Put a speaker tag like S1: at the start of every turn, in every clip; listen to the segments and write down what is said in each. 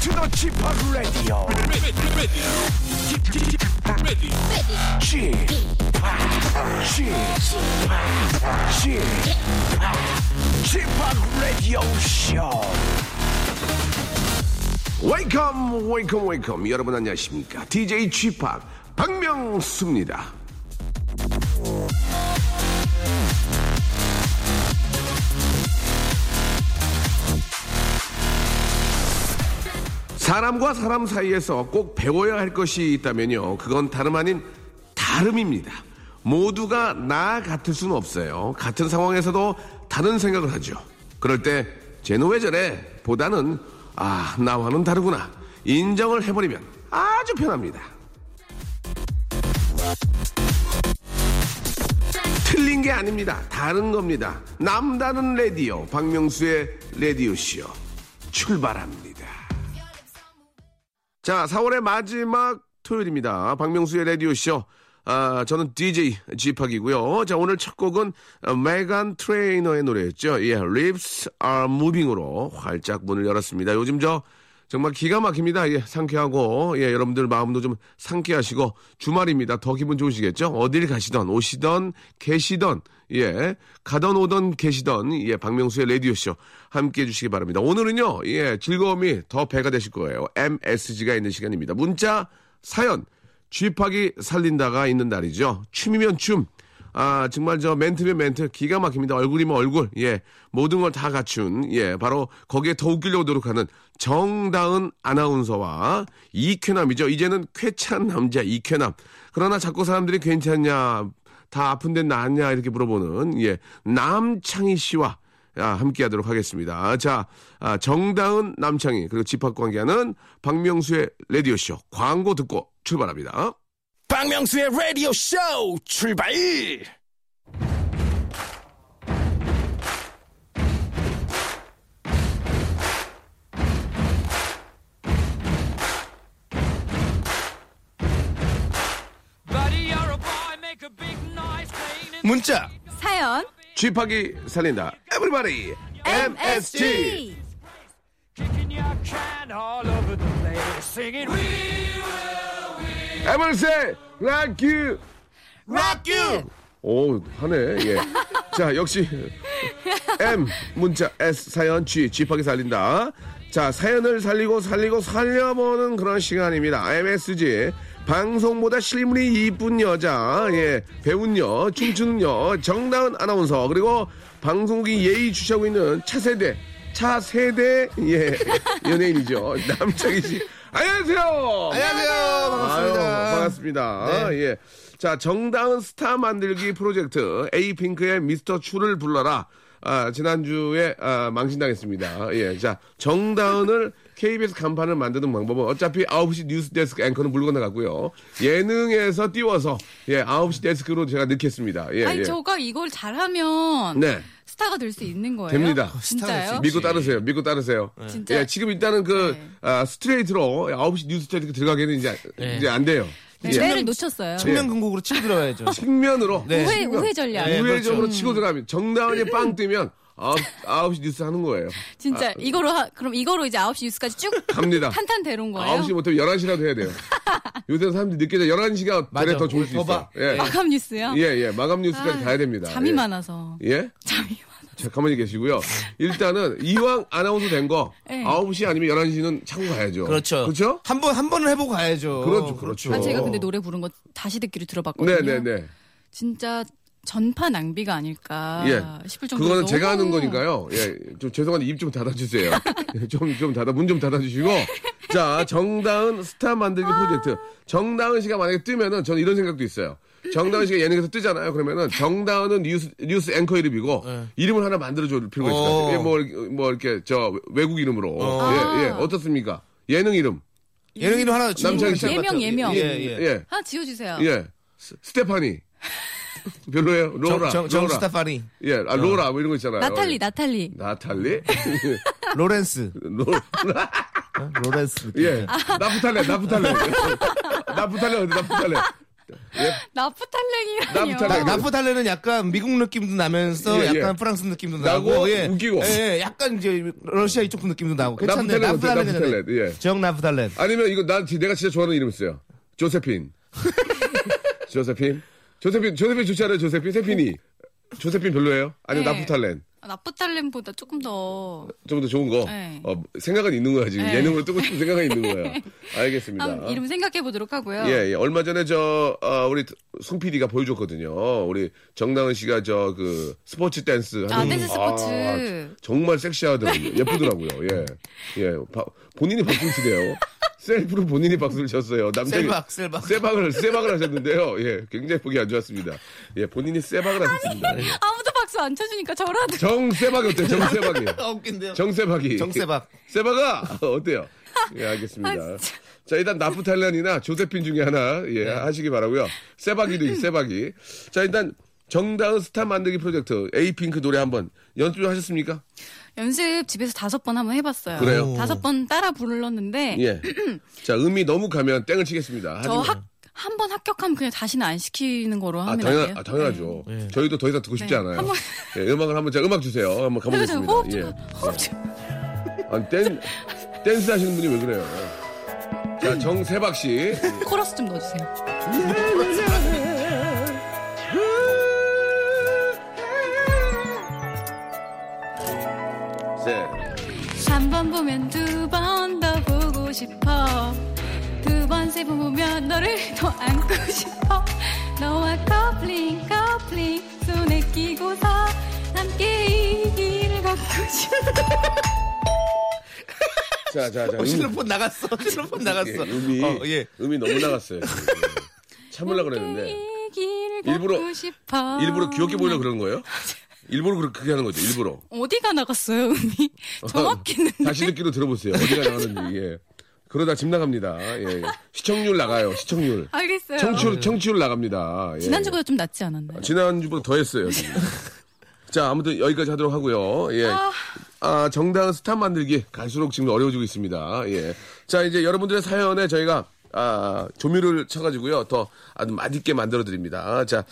S1: 채널 지팍 라디오 지팍 지팍 지팍 지팍 라디오 쇼 웨이컴 웨이컴 웨이컴 여러분 안녕하십니까 DJ 지팍 박명수입니다 사람과 사람 사이에서 꼭 배워야 할 것이 있다면요. 그건 다름 아닌 다름입니다. 모두가 나 같을 수는 없어요. 같은 상황에서도 다른 생각을 하죠. 그럴 때, 쟤는 왜 저래? 보다는, 아, 나와는 다르구나. 인정을 해버리면 아주 편합니다. 틀린 게 아닙니다. 다른 겁니다. 남다른 레디오. 박명수의 레디오쇼. 출발합니다. 자, 4월의 마지막 토요일입니다. 박명수의 라디오쇼. 아, 저는 DJ 지팍이고요. 자, 오늘 첫 곡은 어, 메간 트레이너의 노래였죠. 예, Lips are Moving으로 활짝 문을 열었습니다. 요즘 저 정말 기가 막힙니다. 예, 상쾌하고 예, 여러분들 마음도 좀 상쾌하시고 주말입니다. 더 기분 좋으시겠죠? 어딜 가시던 오시던 계시던 예, 가던 오던 계시던 예, 박명수의 라디오쇼 함께 해주시기 바랍니다. 오늘은요, 예, 즐거움이 더 배가 되실 거예요. MSG가 있는 시간입니다. 문자, 사연, 쥐파기 살린다가 있는 날이죠. 춤이면 춤. 아, 정말 저 멘트면 멘트 기가 막힙니다. 얼굴이면 얼굴. 예. 모든 걸 다 갖춘 예. 바로 거기에 더 웃기려고 노력하는 정다은 아나운서와 이쾌남이죠. 이제는 쾌찬 남자 이쾌남. 그러나 자꾸 사람들이 괜찮냐 다 아픈 데 낫냐 이렇게 물어보는 예. 남창희 씨와 아, 함께 하도록 하겠습니다. 자, 아, 정다은 남창희 그리고 집합 관계하는 박명수의 라디오 쇼 광고 듣고 출발합니다.
S2: 박명수의 라디오 쇼 출발!
S3: Buddy, you're a boy, make a big noise, playing in
S2: 문자
S4: 사연
S1: 쥐파기 살린다. 에브리바디 MSG.
S3: kicking your can all over the place, singing. We will, we
S1: 에벌세 락큐.
S4: 락큐
S1: 오 하네. 예. 자 역시 M 문자 S 사연 G 쥐파기 살린다. 자 사연을 살리고 살리고 살려보는 그런 시간입니다. MSG 방송보다 실물이 이쁜 여자, 예 배운 여, 춤추는 여, 정다은 아나운서 그리고 방송국이 예의 주시하고 있는 차세대 차세대 예 연예인이죠 남창희 씨. 안녕하세요.
S2: 안녕하세요
S1: 아유, 반갑습니다. 예. 자, 정다운 스타 만들기 프로젝트 에이핑크의 미스터 추를 불러라. 아, 지난주에 아, 망신당했습니다. 예. 자, 정다운을 KBS 간판을 만드는 방법은 어차피 9시 뉴스 데스크 앵커는 물고 나갔고요. 예능에서 띄워서 예, 9시 데스크로 제가 넣겠습니다. 예.
S4: 아니
S1: 예.
S4: 저가 이걸 잘하면
S1: 네.
S4: 스타가 될 수 있는 거예요?
S1: 됩니다.
S4: 진짜요?
S1: 믿고 따르세요. 믿고 따르세요.
S2: 네.
S4: 진짜?
S1: 예, 지금 일단은 그
S4: 네.
S1: 아, 스트레이트로 9시 뉴스 데스크 들어가기는 이제 이제 안 돼요.
S4: 네,
S1: 예.
S4: 때를 놓쳤어요.
S2: 청명금곡으로 치고 들어야죠
S1: 측면으로
S2: 네.
S4: 우회 우회 전략.
S2: 네,
S1: 우회적으로
S2: 그렇죠.
S1: 치고 들어가면 정다운이 빵 뜨면 아홉, 아홉 시 뉴스 하는 거예요.
S4: 진짜 이거로 하, 그럼 이거로 이제 9시 뉴스까지 쭉
S1: 아, 음. 갑니다.
S4: 탄탄대로인 거예요.
S1: 아홉 시 뭐- 못하면 11시라도 해야 돼요. 요새 사람들이 늦게 자 11시가
S2: 맞아.
S1: 그래 더 좋을 수
S2: 더
S1: 있어요.
S2: 봐.
S1: 예.
S4: 마감 뉴스요?
S1: 예, 예. 마감 뉴스까지
S4: 아,
S1: 가야 됩니다.
S4: 잠이
S1: 예.
S4: 많아서.
S1: 예?
S4: 잠이 많아.
S1: 자, 가만히 계시고요. 일단은 이왕 아나운서 된 거
S4: 예.
S1: 아홉 시 아니면 11시는 차고 가야죠.
S2: 그렇죠
S1: 그렇죠?
S2: 한 번 한 번을 해보고 가야죠
S1: 그렇죠, 그렇죠.
S4: 아, 제가
S2: 어.
S4: 근데 노래 부른 거 다시 듣기로 들어봤거든요.
S1: 네, 네, 네.
S4: 진짜 전파 낭비가 아닐까
S1: 예.
S4: 싶을 정도로
S1: 그거는 제가 하는
S4: 너무
S1: 거니까요. 예. 좀 죄송한데 입 좀 닫아주세요. 좀, 좀 닫아, 문 좀 닫아주시고. 자, 정다은 스타 만들기 프로젝트. 정다은 씨가 만약에 뜨면은 저는 이런 생각도 있어요. 정다은 씨가 예능에서 뜨잖아요. 그러면은 정다은은 뉴스, 뉴스 앵커 이름이고 이름을 하나 만들어줄 필요가 있을 것
S2: 네. 어.
S1: 같아요. 예, 뭐, 이렇게- 뭐 이렇게 저 외국 이름으로.
S2: 어.
S1: 예, 예. 어떻습니까? 예능 이름.
S2: 예능 이름 하나 주고
S1: 남창희 씨.
S2: 괜찮을 것
S4: 예명,
S2: 같아요.
S4: 예명.
S2: 예, 예.
S1: 예.
S4: 하나 지어주세요.
S1: 예. 스- 스테파니. 별로예요. 로라.
S2: 정, 정,
S1: 로라.
S2: 정스타파니 어.
S1: 예. 아, 로라. 뭐 이런 네. 거 있잖아요.
S4: 나탈리, 나탈리.
S1: 나탈리?
S2: 로렌스
S1: 로-
S2: 어? 로렌스
S1: 예. 나프탈렌, 나프탈렌. 나프탈렌, 어디 나프탈렌.
S4: 나프탈랭이라니요.
S1: 나프탈랭.
S2: 나포탈레는 약간 미국 느낌도 나면서
S1: 예, 예.
S2: 약간 프랑스 느낌도
S1: 나고
S2: 나고, 예.
S1: 웃기고.
S2: 예, 예. 약간 이제 러시아 이쪽 느낌도 나고 괜찮네.
S1: 나프탈렌 어때요?
S2: 나프탈렌
S1: 나프탈렌, 예.
S2: 정 나프탈렌
S1: 아니면 이거 난 지- 내가 진짜 좋아하는 이름 있어요. 조세핀. 조세핀. 조세핀. 조세핀 좋지 않아요? 조세핀. 세핀이. 조세핀 별로예요? 아니면
S4: 네.
S1: 나프탈렌.
S4: 나프탈랭보다 조금 더
S1: 좀 더 좋은 거.
S4: 네.
S1: 어, 생각은 있는 거야 지금
S4: 네.
S1: 예능으로 뜨고 싶은 생각은 있는 거예요. 알겠습니다.
S4: 한번 이름 생각해 보도록 하고요.
S1: 네. 예, 예. 얼마 전에 저, 아, 우리 송 PD가 보여줬거든요. 우리 정다은 씨가 저, 그, 스포츠 댄스.
S4: 아,
S1: 하는
S4: 댄스
S1: 거.
S4: 스포츠.
S1: 아, 정말 섹시하더라고요. 예쁘더라고요. 예. 예. 바- 본인이 박수를 치네요. 셀프로 본인이 박수를 쳤어요. 남자이
S2: 셀박, 셀박.
S1: 세박을, 세박을 하셨는데요. 예. 굉장히 보기 안 좋았습니다. 예. 본인이 세박을 하셨습니다.
S4: 아무도 박수 안 쳐주니까 저라도
S1: 정세박이 어때요? 정세박이.
S2: 아, 웃긴데요.
S1: 정세박이.
S2: 정세박. 아,
S1: 세박아 어때요? 예 알겠습니다. 자 일단 나프탈렌이나 조세핀 중에 하나 예
S2: 네.
S1: 하시기 바라고요. 세박이도 있- 세박이. 자 일단 정다은 스타 만들기 프로젝트 에이핑크 노래 한번 연습 좀 하셨습니까?
S4: 연습 집에서 다섯 번 한번 해봤어요.
S1: 그래요?
S4: 다섯 번 따라 불렀는데
S1: 예. 자 음이 너무 가면 땡을 치겠습니다. 하지만-
S4: 저 학 한 번 합격하면 그냥 다시는 안 시키는 거로
S1: 아,
S4: 하면 안 돼요?
S1: 당연, 아, 당연하죠. 저희도 더 이상 듣고 싶지
S4: 네.
S1: 않아요.
S4: 한번- 어,
S1: 예, 음악을 한번, 자, 음악 주세요. 한번
S4: 그래서 저는
S1: 가보겠습니다.
S4: 호흡 좀
S1: 예.
S4: 호흡 좀
S1: 아니, 댄, 댄스 하시는 분이 왜 그래요? 자, 정세박 씨. 네.
S4: 코러스 좀 넣어주세요.
S1: 셋.
S4: 한 번 보면 두 번 더 보고 싶어. 두 번 세 번 보면 너를 더 안고 싶어. 너와 커플링 커플링 손에 끼고서 함께 이 길을 걷고 싶어.
S1: 자, 자, 자.
S2: 어,
S1: 음-
S2: 실로폰 나갔어. 실로폰 나갔어.
S1: 예, 음이,
S2: 어, 예.
S1: 음이 너무 나갔어요. 지금. 참으려고 그랬는데.
S4: 함께 이 아. 길을
S1: 일부러-
S4: 걷고 싶어.
S1: 일부러 귀엽게 보이려고 그런 거예요? 일부러 그렇게 하는 거죠, 일부러. 아,
S4: 어디가 나갔어요, 음이? 정확히는.
S1: 다시 듣기로 들어보세요. 어디가 나가는지, 예. 그러다 집 나갑니다. 예. 시청률 나가요, 시청률.
S4: 알겠어요.
S1: 청취율, 청취율 나갑니다. 예.
S4: 네. 지난주보다 좀 낫지 않았나요?
S1: 지난주보다 더 했어요. 지금. 자, 아무튼 여기까지 하도록 하고요. 예. 아, 정당한 스타 만들기 갈수록 지금 어려워지고 있습니다. 예. 자, 이제 여러분들의 사연에 저희가 아, 조미료를 쳐가지고요. 더 아주 맛있게 만들어드립니다. 아, 자,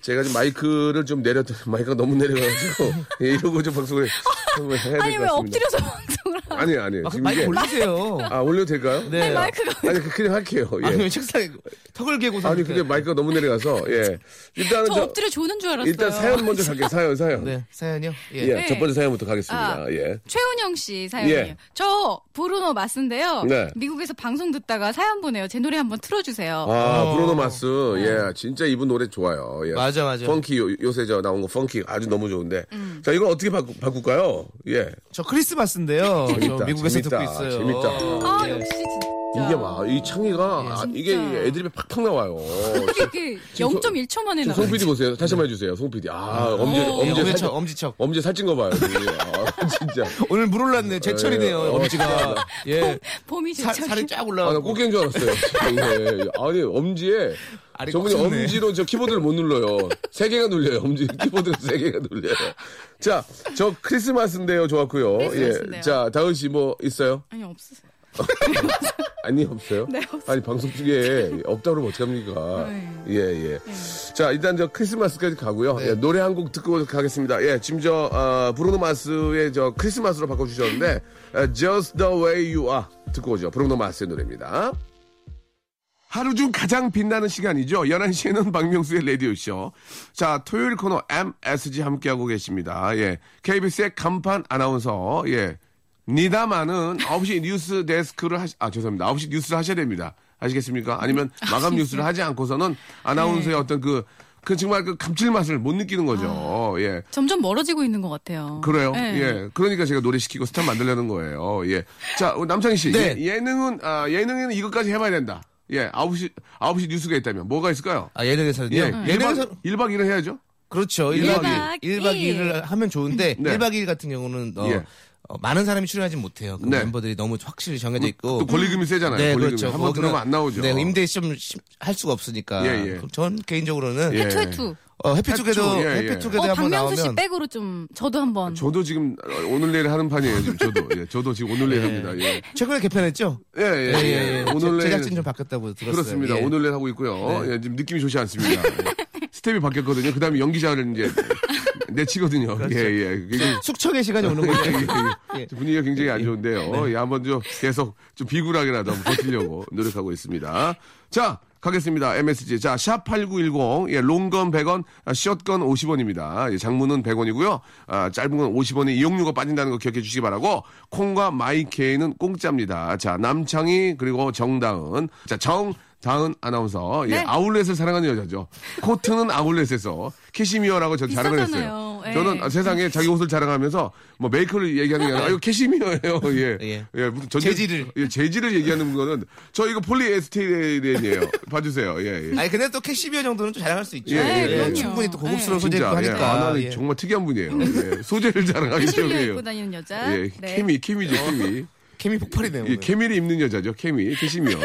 S1: 제가 지금 마이크를 좀 내려, 마이크가 너무 내려가지고, 예, 이러고 좀 방송을 좀 해야 될 것 같습니다.
S4: 아니 왜 엎드려서 방송을 하고
S1: 아니요, 아니요.
S2: 아,
S1: 예, 지금
S2: 많이
S1: 이게-
S2: 올리세요.
S1: 아, 올려도 될까요?
S2: 네. 아니,
S4: 마이크가
S1: 아니, 그냥 할게요. 예.
S2: 아니, 책상에 턱을 개고
S1: 아니, 근데 마이크가 너무 내려가서, 예. 일단은
S4: 저
S1: 저-
S4: 엎드려 조는 줄 알았어요.
S1: 일단 사연 먼저 갈게요. 사연, 사연.
S2: 네, 사연이요? 예.
S1: 예,
S4: 네.
S1: 첫 번째 사연부터 가겠습니다.
S4: 아.
S1: 예.
S4: 최은영 씨 사연이에요.
S1: 예.
S4: 저 브루노 마스인데요.
S1: 네.
S4: 미국에서 방송 듣다가 사연 보내요. 제 노래 한번 틀어주세요.
S1: 아, 브루노 마스.
S4: 어.
S1: 예, 진짜 이분 노래 좋아요. 예.
S2: 맞아, 맞아.
S1: 펑키 요, 새저 나온 거 펑키 아주 너무 좋은데.
S4: 음.
S1: 자, 이걸 어떻게 바꾸, 바꿀까요? 예.
S2: 저 크리스마스인데요.
S1: 아, 재밌다,
S2: 저 미국에서
S1: 재밌다,
S2: 듣고 있어요. 예.
S1: 재밌다.
S4: 아, 역시 진짜.
S1: 이게 막, 이 창의가, 아, 이게
S4: 예, 진짜.
S1: 애드립이 팍팍 나와요.
S4: 이게 0.1초 만에
S1: 지금
S4: 나와.
S1: 송 PD 보세요. 다시 한번 해주세요. 송 PD. 아, 엄지,
S4: 어.
S2: 예,
S1: 엄지,
S2: 엄지척,
S1: 살짝-
S2: 엄지척.
S1: 엄지 살찐 거 봐요. 지금. 아, 진짜.
S2: 오늘 물 올랐네. 제철이네요.
S1: 예, 어,
S2: 엄지가. 예.
S4: 봄이
S2: 살,
S4: 제철.
S2: 살이 쫙
S1: 아, 나
S2: 올라가고.
S1: 꽃게인 줄 알았어요. 예, 예. 아니, 엄지에.
S2: 알이
S1: 저분이
S2: 꽉 찼네.
S1: 엄지로 저 키보드를 못 눌러요. 세 개가 눌려요. 엄지 키보드는 세 개가 눌려요. 자, 저 크리스마스인데요. 좋았고요.
S4: 크리스마스인데요.
S1: 예. 자, 다은 씨 뭐 있어요?
S4: 아니 없으세요.
S1: 아니, 없어요?
S4: 네, 없어요.
S1: 아니, 방송 중에 없다 그러면 어떡합니까?
S4: 네.
S1: 예, 예. 자, 일단 저 크리스마스까지 가고요. 예, 노래 한 곡 듣고 가겠습니다. 예, 지금 저, 아, 브루노 마스의 저 크리스마스로 바꿔주셨는데, 아, Just the way you are. 듣고 오죠. 브루노 마스의 노래입니다. 하루 중 가장 빛나는 시간이죠. 11시에는 박명수의 라디오쇼. 자, 토요일 코너 MSG 함께하고 계십니다. 예. KBS의 간판 아나운서, 예. 니다마는 9시 뉴스 데스크를 하시, 아, 죄송합니다. 9시 뉴스를 하셔야 됩니다. 아시겠습니까? 아니면 마감 뉴스를 하지 않고서는 아나운서의 어떤 그, 그 정말 그 감칠맛을 못 느끼는 거죠. 예.
S4: 점점 멀어지고 있는 것 같아요.
S1: 그래요.
S4: 네.
S1: 예. 그러니까 제가 노래 시키고 스타 만들려는 거예요. 예. 자, 우리 남창희 씨.
S2: 네.
S1: 예, 예능은 아, 예능에는 이것까지 해봐야 된다. 예. 아홉 시 아홉 시 뉴스가 있다면 뭐가 있을까요?
S2: 아, 예능에서는요?
S1: 예.
S2: 예능에서
S1: 일박이일 해야죠.
S2: 그렇죠.
S1: 일박
S2: 1박 2일.
S4: 일.
S2: 1박 2일을 하면 좋은데
S1: 네.
S2: 1박 2일 같은 경우는 어,
S1: 예.
S2: 어, 많은 사람이 출연하진 못해요. 그
S1: 네.
S2: 멤버들이 너무 확실히 정해져 있고.
S1: 또 권리금이 세잖아요.
S2: 네,
S1: 권리금이.
S2: 그렇죠.
S1: 한번
S2: 거기는-
S1: 들어가면 안 나오죠.
S2: 네, 임대 시험 할 수가 없으니까.
S1: 예, 예.
S2: 그럼 전 개인적으로는
S1: 예.
S4: 해투 해투.
S2: 어, 해피투게더
S1: 해피, 예, 예.
S2: 해피투게더
S4: 어,
S2: 한번
S4: 박명수 씨
S2: 나오면
S4: 백으로 좀 저도 한번.
S1: 저도 지금 오늘 내일 하는 판이에요. 지금 저도 예, 저도 지금 오늘 내일 합니다. 예.
S2: 최근에 개편했죠?
S1: 예, 예,
S2: 네. 예,
S1: 예.
S2: 제-
S1: 오늘 내일
S2: 제작진 좀 바뀌었다고 들었어요.
S1: 그렇습니다.
S2: 예.
S1: 오늘 내일 하고 있고요. 예, 지금 느낌이 좋지 않습니다. 예. 스텝이 바뀌었거든요. 그다음에 연기자를 이제 내치거든요.
S2: 그렇죠.
S1: 예, 예. 굉장히
S2: 숙청의 시간이 오는 거예요.
S1: 예, 예. 분위기가 굉장히 안 좋은데요. 예, 한번 좀 계속 좀 비굴하게라도 한번 버티려고 노력하고 있습니다. 자, 가겠습니다. MSG. 자, 샵8910. 예, 롱건 100원, 아, 숏건 50원입니다. 예, 장문은 100원이고요. 아, 짧은 건 50원에 이용료가 빠진다는 거 기억해 주시기 바라고, 콩과 마이케이는 공짜입니다. 자, 남창희, 그리고 정다은. 자, 정, 다은 아나운서. 예,
S4: 네.
S1: 아울렛을 사랑하는 여자죠. 코트는 아울렛에서. 캐시미어라고 전 자랑을 했어요.
S4: 비싸잖아요. 예.
S1: 저는 아, 세상에 자기 옷을 자랑하면서 뭐 메이커를 얘기하는 게 아니라 아, 이거 캐시미어예요. 예. 예.
S2: 예.
S1: 무슨 전
S2: 재질을.
S1: 예, 재질을 얘기하는 거는 저 이거 폴리에스테이렌이에요. 봐 주세요. 예. 예.
S2: 아니 근데 또 캐시비어 정도는 좀 자랑할 수 있죠.
S1: 예, 예, 예.
S2: 충분히 또 고급스러운 소재고
S1: 진짜 예. 아,
S2: 하니까.
S1: 나는
S2: 예.
S1: 정말 특이한 분이에요. 예. 소재를 자랑하기
S4: 캐시미어
S1: 때문에요.
S4: 입고 다니는 여자.
S1: 예.
S4: 네.
S1: 케미, 케미죠, 케미.
S2: 케미 폭발이네요.
S1: 예,
S2: 어, 오늘.
S1: 케미를 입는 여자죠, 케미. 캐시미어.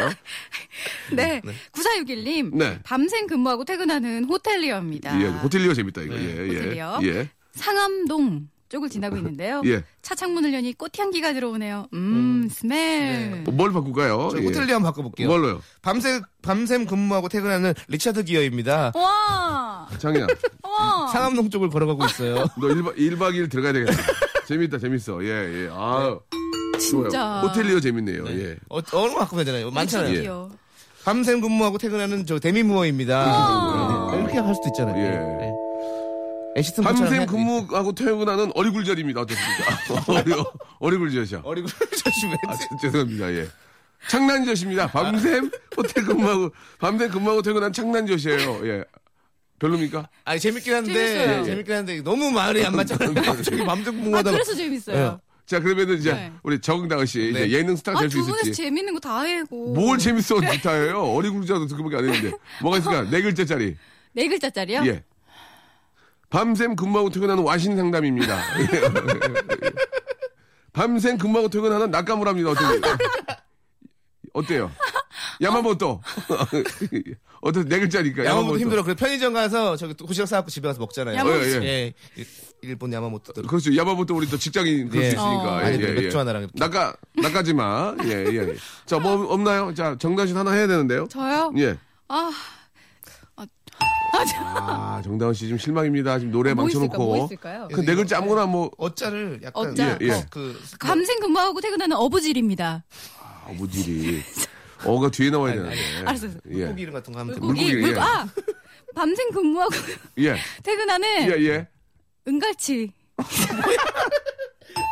S4: 네. 9461님.
S1: 네.
S4: 밤샘 근무하고 퇴근하는 호텔리어입니다.
S1: 예. 호텔리어 재밌다
S2: 네.
S1: 이거. 예. 예.
S4: 호텔리어.
S1: 예.
S4: 상암동 쪽을 지나고 있는데요.
S1: 예.
S4: 차 창문을 여니 꽃향기가 들어오네요. 음, 스멜.
S1: 뭘 바꿀까요?
S2: 저
S1: 예.
S2: 호텔리 한번 바꿔볼게요.
S1: 뭘로요?
S2: 밤새 밤샘 근무하고 퇴근하는 리차드 기어입니다.
S4: 와!
S1: 장이야.
S4: 와!
S2: 상암동 쪽을 걸어가고 있어요.
S1: 너 1박, 일박이일 들어가야 되겠다. 재밌다, 재밌어. 예, 예. 아, 좋아요.
S4: 진짜.
S1: 호텔리어 재밌네요. 예.
S2: 어, 어느 거 갖고 되잖아요. 많잖아요.
S1: 예.
S4: 귀여워.
S2: 밤샘 근무하고 퇴근하는 저 데미 무어입니다. 네, 이렇게 할 수도 있잖아요.
S1: 예.
S2: 네. 애시튼 부처랑 해야
S1: 밤샘
S2: 돼.
S1: 근무하고 퇴근하는 어리굴절입니다. 어떻습니까? 어리, 어리굴절이죠.
S2: 어리굴 조심해.
S1: 아, 죄- 죄송합니다. 예. 창난젓입니다. 밤샘 호텔 근무하고 밤샘 근무하고 퇴근한 창난젓이에요. 예. 별로입니까?
S2: 아니 재밌긴 한데
S4: 재밌어요.
S2: 예, 재밌긴 한데 너무 말이 안
S1: 예.
S2: 맞잖아요. 갑자기 밤샘
S4: 아,
S2: 근무하다.
S4: 그래서 재밌어요.
S1: 자, 그러면은 이제
S4: 네.
S1: 우리 정다은 씨 이제
S2: 네.
S1: 예능 스타
S4: 아,
S1: 될 수
S4: 두 분에서
S1: 있을지.
S4: 재밌는 거 다 해고.
S1: 뭘 재밌어 기타예요? 어리굴절도 그밖에 안 했는데. 뭐가 있을까? 네 글자짜리.
S4: 네 글자짜리요?
S1: 예. 밤샘 근무하고 퇴근하는 와신 상담입니다. 예. 밤샘 근무하고 퇴근하는 낙가무라입니다. 어때요? 어때요? 야마모토. 어때요? 네 글자니까.
S2: 야마모토
S1: 야마모토.
S2: 힘들어. 그래 편의점 가서 저기 도시락 사갖고 집에 가서 먹잖아요.
S4: 야마모토.
S1: 예, 예.
S2: 예. 일- 일본 야마모토.
S1: 그렇죠. 야마모토 우리 또 직장인 그럴
S2: 예.
S1: 수 있으니까. 예.
S4: 어.
S2: 아니, 맥주 하나랑 이렇게.
S1: 낙가, 낙가지마. 예, 예. 자, 뭐 없나요? 자, 정다은 씨 하나 해야 되는데요.
S4: 저요?
S1: 예.
S4: 아. 아, 아, 저-
S1: 아, 정다은 씨 지금 실망입니다. 지금 노래 아,
S4: 뭐
S1: 망쳐놓고.
S4: 있을까? 뭐 있을까요?
S1: 그 네
S2: 예.
S1: 글자 아무거나 뭐,
S2: 어짜를 약간
S4: 어짜.
S1: 예, 예.
S2: 어, 그
S4: 밤샘 근무하고 퇴근하는 어부질입니다.
S1: 아, 무질이. 어가 뒤에 나와야
S2: 뭐, 아니,
S1: 되는데.
S4: 알았어.
S1: 예.
S2: 물고기 이런 같은 거 하면
S1: 물고기,
S4: 물고기, 물
S1: 예.
S4: 아! 밤샘 근무하고
S1: 예.
S4: 퇴근하는
S1: 예, 예.
S4: 은갈치.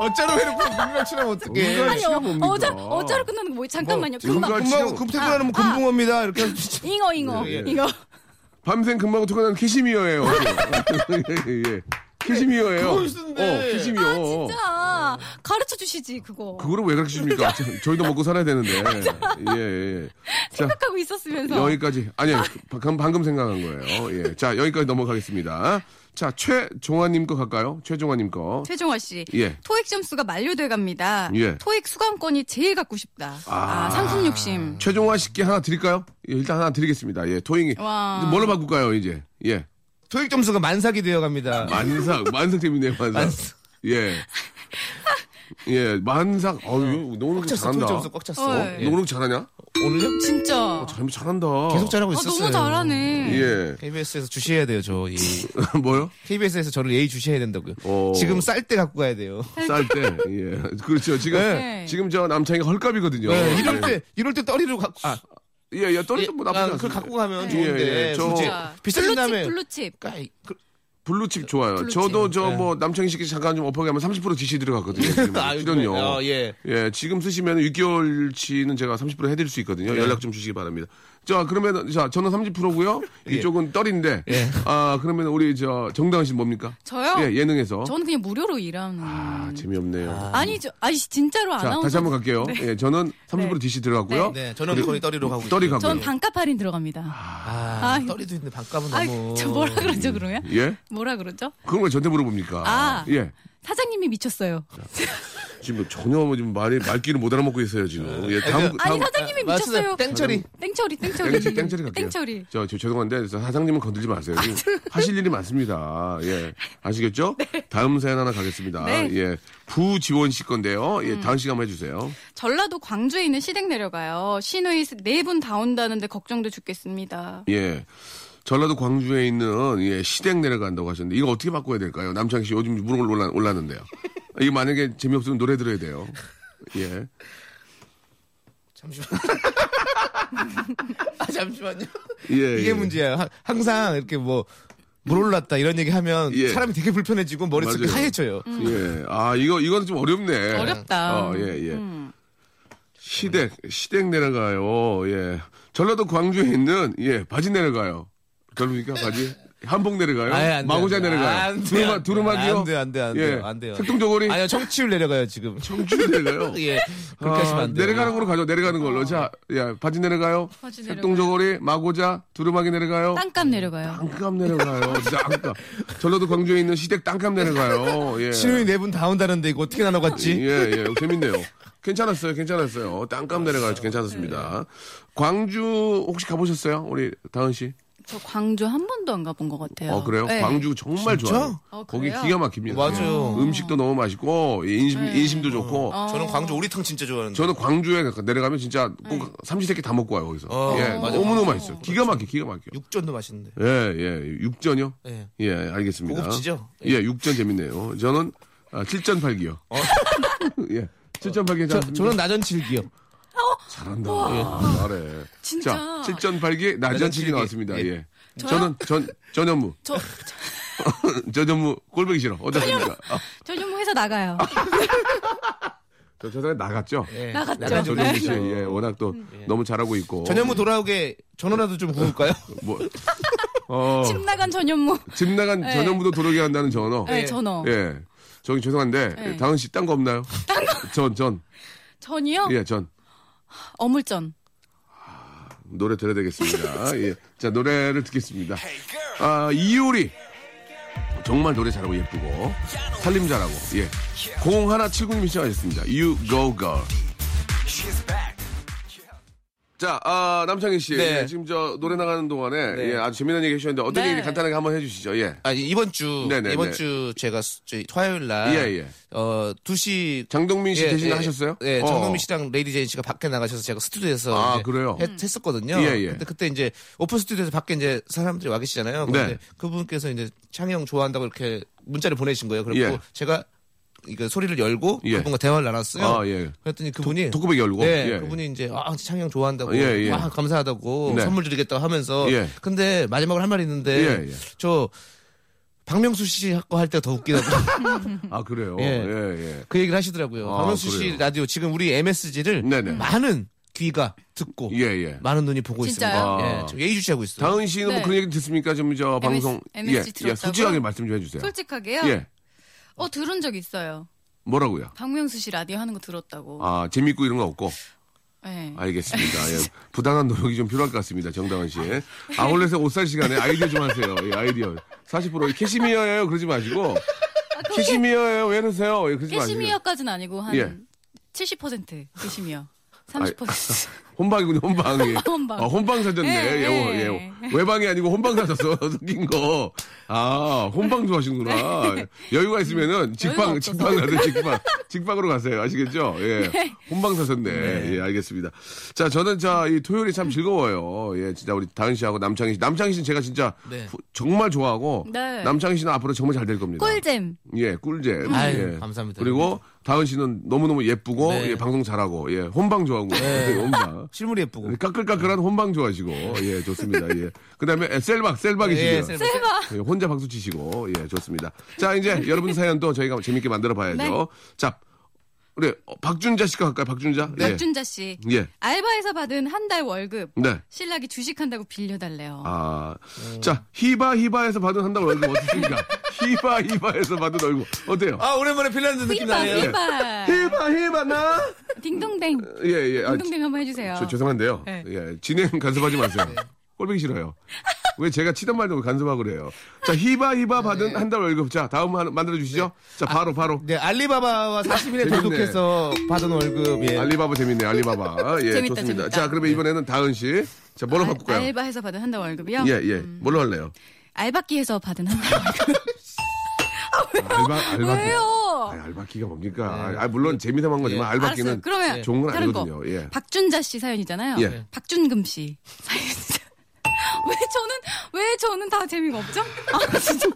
S2: 어짜로 해놓고 물고기 치면 어떡해.
S1: 은갈치.
S4: 아니,
S1: 씨가
S4: 어,
S1: 뭡니까?
S4: 어자, 어자로 끝나는 거 뭐예요? 잠깐만요.
S1: 뭐,
S4: 금방.
S1: 은갈치.
S2: 금방 급 퇴근하는 건 금붕어입니다. 이렇게 하면 진짜
S4: 잉어, 잉어,
S1: 예, 예.
S4: 잉어.
S1: 밤샘 금방 퇴근한 캐시미어예요. 예, 예. 캐시미어예요.
S2: 그걸 쓴대.
S1: 어, 캐시미어.
S4: 아, 진짜 가르쳐 주시지 그거.
S1: 그거를 왜 그렇게 줍니까? 저- 저희도 먹고 살아야 되는데. 예, 예. 자,
S4: 생각하고 있었으면서.
S1: 여기까지. 아니, 방금, 방금 생각한 거예요. 예. 자, 여기까지 넘어가겠습니다. 자, 최종아님 거 갈까요? 최종아님 거.
S4: 최종화 씨.
S1: 예.
S4: 토익 점수가 만료돼 갑니다.
S1: 예.
S4: 토익 수강권이 제일 갖고 싶다. 아, 상품 욕심.
S1: 최종아 씨께 하나 드릴까요? 예, 일단 하나 드리겠습니다. 예, 토잉이.
S4: 와.
S1: 뭘로 바꿀까요, 이제? 예.
S2: 토익 점수가 만삭이 되어갑니다.
S1: 네. 만삭, 만삭 재밌네요, 만삭.
S2: 만삭.
S1: 예. 예, 만삭. 어유 노력
S2: 꽉 찼어. 토익
S1: 네. 잘한다.
S2: 점수 꽉 찼어.
S4: 어,
S2: 예.
S1: 노력 잘하냐?
S2: 오늘요?
S4: 진짜.
S1: 잘, 어, 잘한다.
S2: 계속 잘하고
S4: 아,
S2: 있었어요.
S4: 너무 잘하네.
S1: 예.
S2: KBS에서 주시해야 돼요, 저. 이
S1: 뭐요?
S2: KBS에서 저를 예의 주시해야 된다고요.
S1: 어.
S2: 지금 쌀 때 갖고 가야 돼요.
S1: 쌀 때. 예. 그렇죠. 지금,
S4: 네.
S1: 지금 저 남창이 헐값이거든요.
S2: 네, 이럴 때 이럴 때 떠리로 갖고 아,
S1: 예, 예, 떨어져 뭐 나쁘지
S2: 아,
S1: 않습니다.
S2: 그걸 갖고 가면
S1: 예,
S2: 좋은데
S1: 예, 저-
S2: 굳이
S4: 진짜.
S2: 비싸진 다음에
S4: 블루칩, 블루칩.
S2: 까이, 그-
S1: 블루칩 좋아요.
S4: 블루칩.
S1: 저도 저 뭐 남창희 씨께 잠깐 좀 업하게 하면 30% DC 들어갔거든요. 지금
S2: 네. 아,
S1: 출연료.
S2: 아, 예.
S1: 지금 쓰시면 6개월치는 제가 30% 해드릴 수
S2: 네.
S1: 있거든요. 연락 좀 주시기 바랍니다. 자, 그러면 자 저는 30%고요. 이쪽은 떨인데.
S2: 예.
S1: 아, 그러면 우리 저 정다은 씨는 뭡니까?
S4: 저요?
S1: 예, 예능에서.
S4: 어. 저는 그냥 무료로 일하는.
S1: 아, 재미없네요.
S4: 아. 니죠 아니 진짜로
S1: 자,
S4: 아나운서.
S1: 다시 한번 갈게요. 예, 저는 30%
S4: 네.
S1: DC 들어갔고요.
S2: 네, 저는 거의 떨이로 가고
S1: 떨이
S2: 있어요.
S1: 가고요.
S4: 전 반값 할인 들어갑니다.
S2: 아,
S4: 아유.
S2: 떨이도 있는데 반값은
S4: 아,
S2: 너무
S4: 저 뭐라 그러죠 그러면?
S1: 예?
S4: 뭐라 그러죠?
S1: 그걸 왜 저한테 물어봅니까?
S4: 아.
S1: 예.
S4: 사장님이 미쳤어요.
S1: 지금 뭐 전혀 뭐 지금 말이 말귀를 못 알아먹고 있어요 지금. 예, 다음
S4: 아니
S1: 다음
S4: 사장님이
S2: 맞습니다.
S4: 미쳤어요.
S1: 음.
S2: 땡처리.
S4: 땡처리 땡처리
S1: 땡처리 땡처리 갈게요.
S4: 땡처리.
S1: 저, 저 죄송한데 저 사장님은 건들지 마세요. 지금 하실 일이 많습니다. 예 아시겠죠? 다음 사연 하나 가겠습니다.
S4: 네. 음.
S1: 예 부지원 씨 건데요. 예 다은 씨가 한번 해주세요.
S4: 전라도 광주에 있는 시댁 내려가요. 시누이 네 분 다 온다는데 걱정도 죽겠습니다.
S1: 예. 전라도 광주에 있는 예, 시댁 내려간다고 하셨는데 이거 어떻게 바꿔야 될까요? 남창희 씨 요즘 무릎을 올라, 올랐는데요. 이거 만약에 재미없으면 노래 들어야 돼요. 예.
S2: 잠시만. 아, 잠시만요.
S1: 예,
S2: 이게
S1: 예.
S2: 문제야. 하- 항상 이렇게 뭐, 물 올랐다 이런 얘기 하면
S1: 예.
S2: 사람이 되게 불편해지고 머릿속이
S1: 맞아요.
S2: 하얘져요.
S4: 음.
S1: 예. 아, 이거, 이건 좀 어렵네.
S4: 어렵다.
S1: 어, 예, 예. 시댁, 시댁 내려가요. 예. 전라도 광주에 있는, 예, 바지 내려가요. 결국니까 바지? 한복 내려가요?
S2: 아예 안 돼,
S1: 마고자
S2: 안 돼.
S1: 내려가요.
S2: 안 돼,
S1: 두루마,
S2: 안 돼.
S1: 두루마기요?
S2: 안 돼, 안 돼, 안
S1: 예.
S2: 돼요. 안 돼요.
S1: 색동저고리?
S2: 아니요, 정치율 내려가요, 지금.
S1: 청주 내려가요?
S2: 예. 그렇게
S1: 아,
S2: 하시면 안 돼요.
S1: 내려가는 걸로 가죠. 내려가는 걸로. 자, 예, 바지 내려가요.
S4: 어. 바지
S1: 색동저고리, 마고자, 두루마기 내려가요.
S4: 땅값 내려가요.
S1: 땅값 내려가요. 진짜 땅값. 전라도 광주에 있는 시댁 땅값 내려가요. 예.
S2: 신우이 네 분 다 온다는데 이거 어떻게 나눠갔지?
S1: 예, 예, 재밌네요. 괜찮았어요, 괜찮았어요. 땅값 내려가지고 괜찮았습니다.
S4: 네.
S1: 광주 혹시 가보셨어요, 우리 다은 씨?
S4: 저 광주 한 번도 안 가본 것 같아요.
S1: 어 그래요?
S4: 네.
S1: 광주 정말
S2: 진짜?
S1: 좋아요.
S4: 어,
S1: 거기
S4: 그래요? 네.
S1: 기가 막힙니다.
S2: 맞아요.
S1: 예. 음식도 너무 맛있고 예, 인심 인심도 좋고.
S4: 어.
S2: 저는 광주 오리탕 진짜 좋아하는데.
S1: 저는 광주에 내려가면 진짜
S4: 네.
S1: 꼭 삼시세끼 다 먹고 와요 거기서.
S2: 어,
S1: 예,
S2: 맞아요.
S1: 너무너무 맛있어요. 기가 막혀, 기가 막혀.
S2: 육전도 맛있는데.
S1: 예, 예, 육전요. 이
S2: 예.
S1: 예, 알겠습니다.
S2: 고급지죠?
S1: 예, 육전 재밌네요. 저는 아, 7.8기요. 예, 7.8기
S2: 어. 저,
S1: 괜찮습니다.
S2: 저는 예. 나전칠기요.
S1: 잘한다. 아, 잘해.
S4: 진짜.
S1: 자, 7.8기 나전치기
S2: 나전치기.
S1: 나왔습니다.
S2: 예.
S1: 예. 저는 전 전현무.
S4: 저,
S1: 전현무 꼴보기 싫어. 어떻습니까? 아,
S4: 저 좀 회사 나가요.
S1: 저 저전에 나갔죠.
S2: 예.
S4: 나갔죠.
S2: 나간 지
S1: 전현무 씨
S2: 오래됐죠.
S1: 예, 워낙 또 너무 잘하고 있고.
S2: 전현무 돌아오게 전화라도 좀 구울까요?
S1: 뭐 어,
S4: 집 나간 전현무.
S1: 집 나간
S4: 네.
S1: 전현무도 도로게 한다는 전어.
S4: 네, 전어.
S1: 예. 저기 죄송한데
S4: 네.
S1: 다은 씨 딴 거 없나요? 전 전.
S4: 전이요?
S1: 예, 전.
S4: 어물전.
S1: 노래 들어야 되겠습니다. 예. 자, 노래를 듣겠습니다. 아, 이효리. 정말 노래 잘하고 예쁘고, 살림 잘하고, 예. 0179님이 시작하셨습니다. You go girl. 자, 아, 남창희 씨.
S2: 네.
S1: 예, 지금 저 노래 나가는 동안에
S2: 네.
S1: 예, 아주 재미난 얘기 해주셨는데 어떤
S4: 네.
S1: 얘기 간단하게 한번 해주시죠. 예.
S2: 아 이번 주
S1: 네네네.
S2: 이번 주 제가 수- 저희 토요일 날
S1: 예, 예.
S2: 어 2시
S1: 장동민 씨 대신 하셨어요?
S2: 예,
S1: 어.
S2: 장동민 씨랑 레이디 제인 씨가 밖에 나가셔서 제가 스튜디오에서
S1: 아,
S2: 이제
S1: 그래요?
S2: 했, 었거든요
S1: 예, 예.
S2: 근데 그때 이제 오픈 스튜디오에서 밖에 이제 사람들이 와 계시잖아요.
S1: 네.
S2: 근데 그분께서 이제 창희 형 좋아한다고 이렇게 문자를 보내신 거예요. 그리고
S1: 예.
S2: 제가 이거 소리를 열고
S1: 예.
S2: 그분과 대화를 나눴어요.
S1: 아, 예.
S2: 그랬더니 그분이
S1: 토크백 열고.
S2: 네,
S1: 예.
S2: 그분이 이제 아 창희 형 좋아한다고
S1: 예, 예.
S2: 와 감사하다고
S1: 네.
S2: 선물 드리겠다고 하면서
S1: 예.
S2: 근데 마지막으로 할 말이 있는데
S1: 예, 예.
S2: 저 박명수 씨 거 할 때 더 웃기다고
S1: 아, 그래요?
S2: 예.
S1: 예, 예.
S2: 그 얘기를 하시더라고요.
S1: 아,
S2: 박명수
S1: 그래요?
S2: 씨 라디오 지금 우리 MSG를
S1: 네네.
S2: 많은 귀가 듣고
S1: 예, 예.
S2: 많은 눈이 보고
S4: 진짜요?
S1: 아.
S2: 있습니다. 예, 저 예의주시하고 있어요.
S1: 다은 씨는 뭐
S4: 네.
S1: 그런 얘기 듣습니까? 좀 저 방송
S4: MSG
S1: 예, 예,
S4: 들었다고요? 그렇죠.
S1: 솔직하게 말씀 좀 해주세요.
S4: 솔직하게요?
S1: 예,
S4: 어, 들은 적 있어요.
S1: 뭐라고요?
S4: 박명수 씨 라디오 하는 거 들었다고.
S1: 아 재밌고 이런 거 없고
S4: 네.
S1: 알겠습니다. 예, 부당한 노력이 좀 필요할 것 같습니다. 정다은 씨 아울렛의 옷살 시간에 아이디어 좀 하세요. 예, 아이디어 40% 캐시미어예요. 그러지 마시고 캐시미어예요. 왜 그러세요? 예, 그러지 마시고
S4: 아, 캐시미어까지는 아니고
S1: 예. 아,
S4: 한 70% 캐시미어. 30%.
S1: 네. 혼방이군요. 혼방 예.
S4: 혼방.
S1: 아, 혼방 사졌네.
S4: 예,
S1: 예, 어, 예.
S4: 예.
S1: 외방이 아니고 혼방 사졌어. 섞인 거. 아 혼방 좋아하시는구나. 여유가 있으면은 직방
S4: 여유가
S1: 직방 가세요. 직방 직방으로 가세요. 아시겠죠? 예. 혼방 사셨네. 예, 알겠습니다. 자, 저는 자, 이 토요일이 참 즐거워요. 예, 진짜 우리 다은 씨하고 남창희 씨. 남창희 씨는 제가 진짜
S2: 네.
S1: 후- 정말 좋아하고
S4: 네.
S1: 남창희 씨는 앞으로 정말 잘 될 겁니다.
S4: 꿀잼.
S1: 예, 꿀잼.
S2: 아유,
S1: 예.
S2: 감사합니다.
S1: 그리고 다은 씨는 너무너무 예쁘고
S2: 네.
S1: 예, 방송 잘하고 예, 혼방 좋아하고 예, 혼방.
S2: 실물이 예쁘고.
S1: 까끌까끌한 혼방 좋아하시고 예 좋습니다 예 그다음에 에, 셀박 셀박이시죠
S2: 셀- 셀-
S1: 예, 혼자 박수 치시고 예 좋습니다 자 이제 여러분 사연도 저희가 재밌게 만들어 봐야죠
S4: 네.
S1: 자 우리 어, 박준자 씨가 할까요 박준자
S4: 박준자 씨.
S1: 예.
S4: 알바에서 받은 한 달 월급.
S1: 네.
S4: 신랑이 주식한다고 빌려달래요.
S1: 아, 자 히바 히바에서 받은 한달 월급 어떻습니까? 히바 히바에서 받은 월급 어때요?
S2: 아 오랜만에 핀란드 느낌
S4: 휘바,
S2: 나네요.
S4: 휘바.
S1: 히바 히바 나?
S4: 딩동댕.
S1: 예예. 아,
S4: 딩동댕 한번 해주세요.
S1: 저 죄송한데요.
S4: 네.
S1: 예 진행 간섭하지 마세요. 꼴보기 싫어요. 왜 제가 치던 말도 간섭하고 그래요. 자, 히바 히바
S4: 네.
S1: 받은 한 달 월급. 자, 다음 하나 만들어 주시죠. 자,
S4: 아.
S1: 바로 바로.
S2: 네, 알리바바와 40일에
S1: 재밌네.
S2: 도둑해서 받은 월급. 예.
S1: 알리바바 재밌네. 알리바바. 예,
S4: 재밌다,
S1: 좋습니다.
S4: 재밌다. 네.
S1: 자, 그러면 이번에는 다은 씨. 자, 뭘로 바꿀까요?
S4: 알바해서 음. 받은 한 달 월급이요?
S1: 예, 예. 뭘로 할래요?
S4: 알바끼에서 받은 한 달 월급.
S1: 아, 알바 알바. 아,
S4: 왜요? 네.
S1: 알바기가 뭡니까? 아, 물론 재미삼한 거지만
S4: 예. 알았어요.
S1: 알바기는
S4: 그러면
S1: 좋은 건
S4: 다른
S1: 아니거든요.
S4: 거.
S1: 예.
S4: 박준자 씨 사연이잖아요.
S1: 예.
S4: 박준금 씨 사연. 왜 저는 왜 저는 다 재미가 없죠? 아 진짜.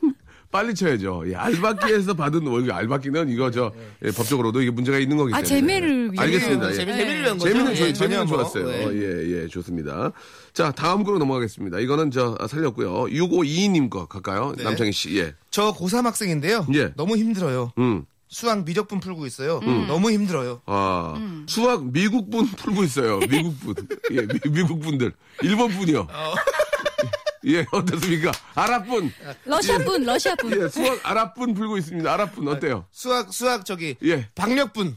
S1: 빨리 쳐야죠. 예, 알바기에서 받은 월급 알바기는 이거 저 예, 법적으로도 이게 문제가 있는 거기 때문에.
S4: 네. 아, 재미를 위해서.
S1: 알겠습니다. 예.
S2: 재미,
S4: 네.
S2: 재미를 위한 거죠.
S1: 재미는
S2: 예,
S1: 좋, 재미는
S2: 전혀 뭐,
S1: 좋았어요.
S2: 예.
S1: 예, 예, 좋습니다. 자, 다음 거로 넘어가겠습니다. 이거는 저 아, 살렸고요. 6522님 거 갈까요? 남창희 씨. 예.
S2: 저 고3 학생인데요.
S1: 예.
S2: 너무 힘들어요.
S1: 음.
S2: 수학 미적분 풀고 있어요. 너무 힘들어요.
S1: 아, 수학 미국 분 풀고 있어요. 미국 분. 예, 미, 국 분들. 일본 분이요. 예, 어떻습니까? 아랍 분.
S4: 러시아 분, 러시아 분.
S1: 예, 수학 아랍 분 풀고 있습니다. 아랍 분 어때요?
S2: 수학 수학 저기
S1: 예. 아,
S2: 박력분.